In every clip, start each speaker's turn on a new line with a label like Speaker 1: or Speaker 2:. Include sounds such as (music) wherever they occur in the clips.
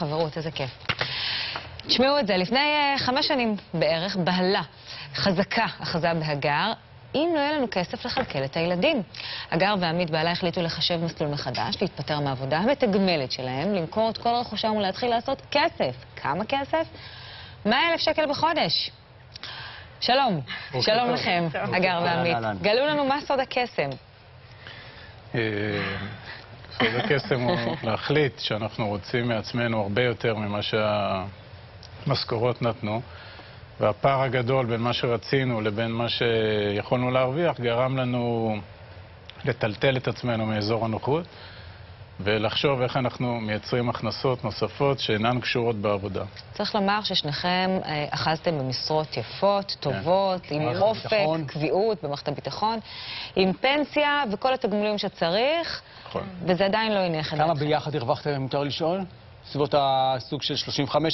Speaker 1: חברות, איזה כיף. תשמעו את זה, לפני אה, חמש שנים בערך, בהלה חזקה אחזה בהגר, אם לא יהיה לנו כסף לכלכל את הילדים. הגר ועמית בעלה החליטו לחשב מסלול מחדש, להתפטר מהעבודה המתגמלת שלהם, למכור את כל רכושם ולהתחיל לעשות כסף. כמה כסף? 100 אלף שקל בחודש. שלום,
Speaker 2: בוקר
Speaker 1: שלום
Speaker 2: טוב.
Speaker 1: לכם,
Speaker 2: בוקר
Speaker 1: הגר
Speaker 2: טוב. אהלן,
Speaker 1: ועמית.
Speaker 2: אהלן.
Speaker 1: גלו לנו מה סוד הקסם.
Speaker 2: אה,
Speaker 3: (laughs)
Speaker 2: כן. סוד הקסם הוא להחליט שאנחנו רוצים מעצמנו הרבה יותר ממה שהמשכורות נתנו, והפער הגדול בין מה שרצינו לבין מה שיכולנו להרוויח גרם לנו לטלטל את עצמנו מאזור הנוחות ולחשוב איך אנחנו מייצרים הכנסות נוספות שאינן קשורות בעבודה.
Speaker 1: צריך לומר ששניכם אה, אחזתם במשרות
Speaker 3: כן.
Speaker 1: יפות, טובות, עם
Speaker 2: מערכת
Speaker 1: אופק,
Speaker 2: הביטחון.
Speaker 1: קביעות במערכת הביטחון, עם פנסיה וכל התגמולים שצריך,
Speaker 2: נכון.
Speaker 1: וזה עדיין לא הניח את
Speaker 3: כמה
Speaker 1: דעתכם.
Speaker 3: ביחד הרווחתם, אם מותר לשאול? סביבות הסוג של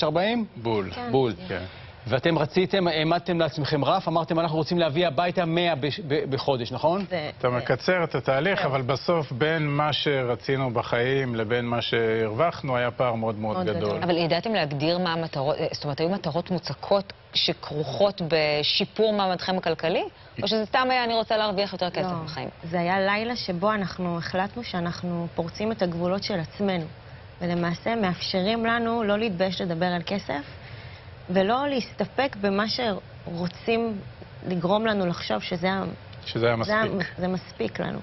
Speaker 3: 35-40?
Speaker 2: בול.
Speaker 3: בול.
Speaker 2: כן.
Speaker 3: ואתם רציתם, העמדתם לעצמכם רף, אמרתם אנחנו רוצים להביא הביתה 100 בש- ב- בחודש, נכון?
Speaker 4: זה-
Speaker 2: אתה מקצר את התהליך, אבל בסוף בין מה שרצינו בחיים לבין מה שהרווחנו היה פער מאוד מאוד
Speaker 4: מאוד
Speaker 2: גדול.
Speaker 4: גדול.
Speaker 1: אבל ידעתם להגדיר מה המטרות, אה, זאת אומרת, היו מטרות מוצקות שכרוכות בשיפור מעמדכם הכלכלי? או שזה סתם היה, אני רוצה להרוויח יותר כסף
Speaker 4: לא.
Speaker 1: בחיים?
Speaker 4: זה היה לילה שבו אנחנו החלטנו שאנחנו פורצים את הגבולות של עצמנו, ולמעשה מאפשרים לנו לא להתבייש לדבר על כסף, ולא להסתפק במה שרוצים לגרום לנו לחשוב שזה ה-
Speaker 2: שזה היה
Speaker 4: זה,
Speaker 2: מספיק.
Speaker 4: ה- זה מספיק לנו.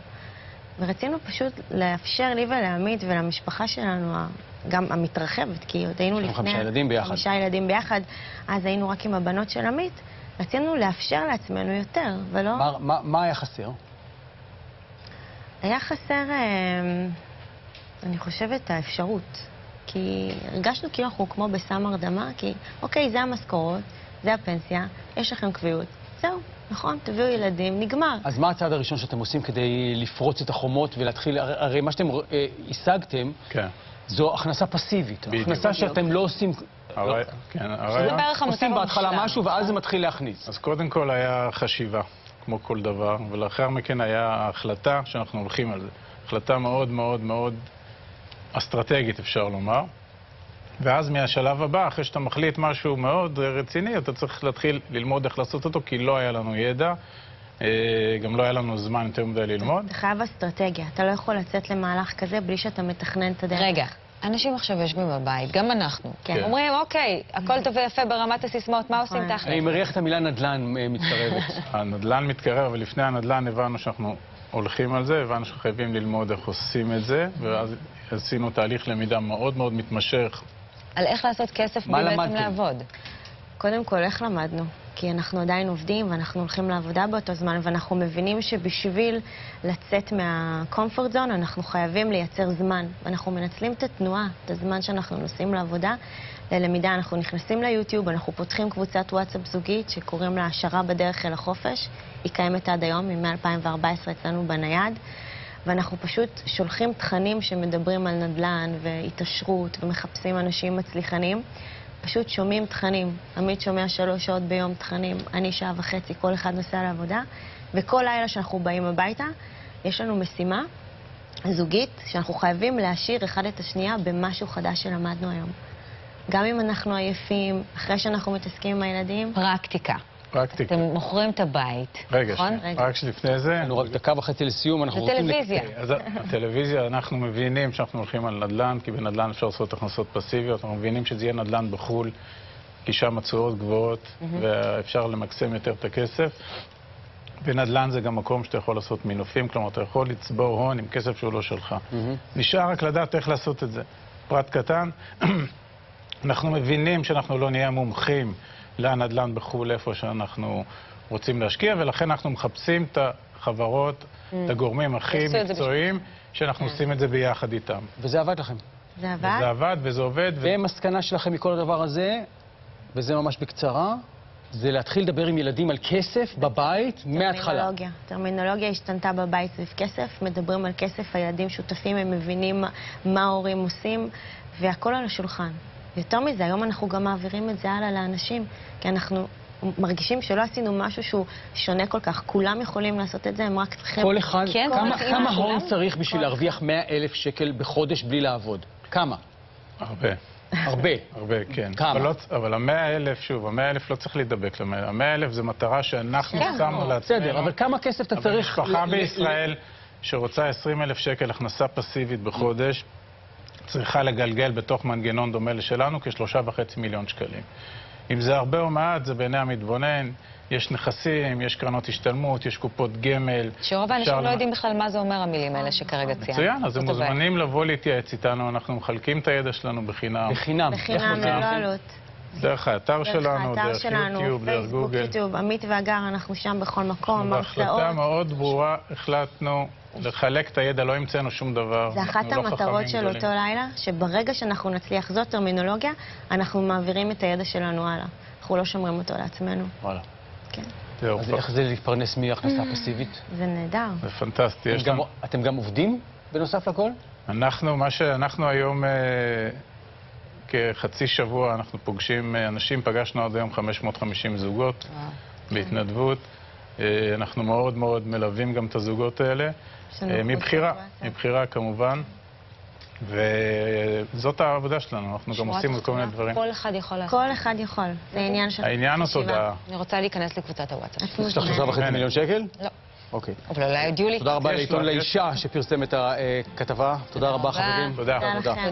Speaker 4: ורצינו פשוט לאפשר לי ולעמית ולמשפחה שלנו, ה- גם המתרחבת, כי עוד היינו
Speaker 3: יש לכם
Speaker 4: לפני...
Speaker 3: חמישה ילדים ביחד.
Speaker 4: חמישה ילדים ביחד, אז היינו רק עם הבנות של עמית. רצינו לאפשר לעצמנו יותר, ולא...
Speaker 1: לא-
Speaker 3: מה- מה- מה היה חסר?
Speaker 4: היה חסר, אה, אני חושבת, האפשרות. כי הרגשנו כאילו אנחנו כמו בסם הרדמה, כי אוקיי, זה המשכורות, זה הפנסיה, יש לכם קביעות. זהו, נכון, תביאו ילדים, נגמר.
Speaker 3: אז מה הצעד הראשון שאתם עושים כדי לפרוץ את החומות ולהתחיל, הרי- הרי מה שאתם אה, השגתם
Speaker 2: כן.
Speaker 3: זו הכנסה פסיבית.
Speaker 2: בדיוק.
Speaker 3: הכנסה שאתם לא עושים...
Speaker 2: הרי- כן,
Speaker 1: שזה
Speaker 2: הרעיון...
Speaker 1: בערך המצב
Speaker 3: עושים בהתחלה
Speaker 1: המושלם.
Speaker 3: משהו ואז זה מתחיל להכניס.
Speaker 2: אז קודם כל היה חשיבה, כמו כל דבר, ולאחר מכן היה החלטה שאנחנו הולכים על זה. החלטה מאוד מאוד מאוד אסטרטגית, אפשר לומר. ואז מהשלב הבא, אחרי שאתה מחליט משהו מאוד רציני, אתה צריך להתחיל ללמוד איך לעשות אותו, כי לא היה לנו ידע, אה, גם לא היה לנו זמן יותר מדי ללמוד.
Speaker 4: אתה חייב אסטרטגיה, אתה לא יכול לצאת למהלך כזה בלי שאתה מתכנן את הדרך.
Speaker 1: רגע. אנשים עכשיו יושבים בבית, גם אנחנו.
Speaker 4: כן.
Speaker 1: אומרים, אוקיי, הכל טוב ויפה ברמת הסיסמאות, מה עושים
Speaker 4: נכון.
Speaker 2: אוקיי.
Speaker 1: תכל'ס?
Speaker 3: אני מריח את המילה נדל"ן אה,
Speaker 2: (laughs)
Speaker 3: מתקרבת.
Speaker 2: הנדל"ן מתקרב, אבל לפני הנדל"ן הבנו שאנחנו הולכים על זה, הבנו שחייבים ללמוד איך עושים את זה, ואז עשינו תהליך למידה מאוד מאוד מתמשך.
Speaker 1: על איך לעשות כסף
Speaker 3: מה
Speaker 1: בלי בעצם
Speaker 3: למדתם?
Speaker 1: לעבוד.
Speaker 4: קודם כל, איך למדנו? כי אנחנו עדיין עובדים, ואנחנו הולכים לעבודה באותו זמן, ואנחנו מבינים שבשביל לצאת מה-comfort zone, אנחנו חייבים לייצר זמן. ואנחנו מנצלים את התנועה, את הזמן שאנחנו נוסעים לעבודה, ללמידה. אנחנו נכנסים ליוטיוב, אנחנו פותחים קבוצת וואטסאפ זוגית שקוראים לה "השערה בדרך אל החופש". היא קיימת עד היום, היא מ-2014 אצלנו בנייד. ואנחנו פשוט שולחים תכנים שמדברים על נדל"ן והתעשרות ומחפשים אנשים מצליחנים. פשוט שומעים תכנים. עמית שומע שלוש שעות ביום תכנים, אני שעה וחצי, כל אחד נוסע לעבודה, וכל לילה שאנחנו באים הביתה, יש לנו משימה זוגית, שאנחנו חייבים להשאיר אחד את השנייה במשהו חדש שלמדנו היום. גם אם אנחנו עייפים, אחרי שאנחנו מתעסקים עם הילדים,
Speaker 1: פרקטיקה.
Speaker 2: פרקטיקה.
Speaker 1: אתם מוכרים את הבית,
Speaker 2: אוקיי. רגע,
Speaker 1: נכון?
Speaker 2: שנייה, רק שלפני זה, אוקיי,
Speaker 3: לנו רק דקה וחצי לסיום,
Speaker 1: זה
Speaker 3: אנחנו רוצים...
Speaker 1: טלוויזיה.
Speaker 2: אז הטלוויזיה, אנחנו מבינים שאנחנו הולכים על נדל"ן, כי בנדל"ן אפשר לעשות הכנסות פסיביות, אנחנו מבינים שזה יהיה נדל"ן בחו"ל, כי שם התשואות גבוהות, ואפשר למקסם יותר את הכסף. בנדל"ן זה גם מקום שאתה יכול לעשות מינופים, כלומר, אתה יכול לצבור הון עם כסף שהוא לא שלך. נשאר רק לדעת איך לעשות את זה. פרט קטן, (clears throat) אנחנו מבינים שאנחנו לא נהיה מומחים לנדל"ן בחו"ל, איפה שאנחנו רוצים להשקיע, ולכן אנחנו מחפשים את החברות, את הגורמים הכי
Speaker 1: Mm. יעשו את זה אה.
Speaker 2: מקצועיים, שאנחנו עושים את זה ביחד איתם.
Speaker 3: וזה עבד לכם.
Speaker 4: זה עבד.
Speaker 2: וזה עבד וזה עובד. ו-
Speaker 3: ומסקנה שלכם מכל הדבר הזה, וזה ממש בקצרה, זה להתחיל לדבר עם ילדים על כסף בבית מההתחלה.
Speaker 4: טרמינולוגיה. טרמינולוגיה השתנתה בבית סביב כסף, מדברים על כסף, הילדים שותפים, הם מבינים מה- מה ההורים עושים, והכול על השולחן. יותר מזה, היום אנחנו גם מעבירים את זה הלאה לאנשים, כי אנחנו מרגישים שלא עשינו משהו שהוא שונה כל כך. כולם יכולים לעשות את זה, הם רק צריכים...
Speaker 3: כל אחד,
Speaker 1: כן, כל
Speaker 3: כמה-
Speaker 1: אחד עם
Speaker 3: כמה
Speaker 1: השולם?
Speaker 3: אוקיי. הון צריך בשביל להרוויח 100 אלף שקל בחודש בלי לעבוד? כמה?
Speaker 2: הרבה.
Speaker 3: הרבה.
Speaker 2: הרבה, כן.
Speaker 3: כמה?
Speaker 2: אבל, לא, צ- אבל המאה אלף, שוב, המאה אלף לא צריך להידבק למאה. המאה אלף זו מטרה שאנחנו
Speaker 1: כן,
Speaker 2: שמנו לעצמנו.
Speaker 3: בסדר, אבל כמה כסף אתה
Speaker 2: אבל
Speaker 3: צריך...
Speaker 2: משפחה
Speaker 3: ל- ל-
Speaker 2: בישראל שרוצה 20 אלף שקל הכנסה פסיבית בחודש, צריכה לגלגל בתוך מנגנון דומה לשלנו כשלושה וחצי מיליון שקלים. אם זה הרבה או מעט, זה בעיני המתבונן. יש נכסים, יש קרנות השתלמות, יש קופות גמל.
Speaker 4: כן,
Speaker 1: שרוב האנשים
Speaker 2: אפשר
Speaker 1: לא
Speaker 2: למ-
Speaker 1: יודעים בכלל מה זה אומר המילים האלה שכרגע ציינת.
Speaker 2: מצוין, אז
Speaker 1: זאת
Speaker 2: הם
Speaker 1: הבעיה.
Speaker 2: מוזמנים לבוא להתייעץ איתנו, אנחנו מחלקים את הידע שלנו בחינם.
Speaker 3: בחינם. לא, איך
Speaker 4: בחינם,
Speaker 3: מוצאים
Speaker 4: ללא
Speaker 3: לכם?
Speaker 4: עלות.
Speaker 2: דרך האתר שלנו,
Speaker 4: האתר
Speaker 2: דרך יוטיוב, דרך
Speaker 4: פייסבוק,
Speaker 2: גוגל.
Speaker 4: יוטיוב, עמית והגר, אנחנו שם בכל מקום,
Speaker 2: בהחלטה
Speaker 4: הרצאות.
Speaker 2: מאוד ברורה החלטנו לחלק את הידע, לא המצאנו שום דבר.
Speaker 4: זה אחת
Speaker 2: אנחנו לא
Speaker 4: המטרות
Speaker 2: חכמים
Speaker 4: של
Speaker 2: גדולים.
Speaker 4: אותו לילה, שברגע שאנחנו נצליח, זו טרמינולוגיה, אנחנו מעבירים את הידע שלנו הלאה. אנחנו לא שומרים אותו לעצמנו.
Speaker 3: וואלה.
Speaker 4: כן,
Speaker 2: זהו,
Speaker 3: אז
Speaker 2: פ-
Speaker 3: איך זה להתפרנס מהכנסה פסיבית?
Speaker 4: זה נהדר.
Speaker 2: זה פנטסטי. יש
Speaker 3: אתם גם-
Speaker 2: לנו-
Speaker 3: אתם גם עובדים בנוסף לכל?
Speaker 2: אנחנו, מה שאנחנו היום, אה, כחצי שבוע, אנחנו פוגשים אה, אנשים, פגשנו עד היום 550 זוגות
Speaker 1: וואו.
Speaker 2: בהתנדבות. אה, אנחנו מאוד מאוד מלווים גם את הזוגות האלה.
Speaker 4: יש לנו
Speaker 2: אה,
Speaker 4: קבוצת
Speaker 2: מבחירה,
Speaker 4: וואטסאפ.
Speaker 2: מבחירה כמובן. וזאת העבודה שלנו, אנחנו גם
Speaker 1: שורה
Speaker 2: עושים עוד כל מיני
Speaker 1: תחתונה,
Speaker 2: דברים.
Speaker 1: כל אחד יכול לעשות.
Speaker 4: כל אחד יכול, זה עניין של...
Speaker 2: העניין הוא
Speaker 4: חשיבה.
Speaker 2: תודעה.
Speaker 1: אני רוצה להיכנס לקבוצת הוואטסאפ.
Speaker 4: עצמות
Speaker 3: יש לך שלושה וחצי
Speaker 2: כן.
Speaker 3: מיליון שקל?
Speaker 1: לא.
Speaker 3: אוקיי.
Speaker 1: אבל אולי הודיעו לי.
Speaker 3: תודה רבה
Speaker 2: יש
Speaker 3: לעיתון
Speaker 2: לה, יש
Speaker 3: לאישה שפרסם את הכתבה. תודה רבה,
Speaker 1: רבה.
Speaker 3: חברים.
Speaker 2: תודה.
Speaker 4: תודה לכם.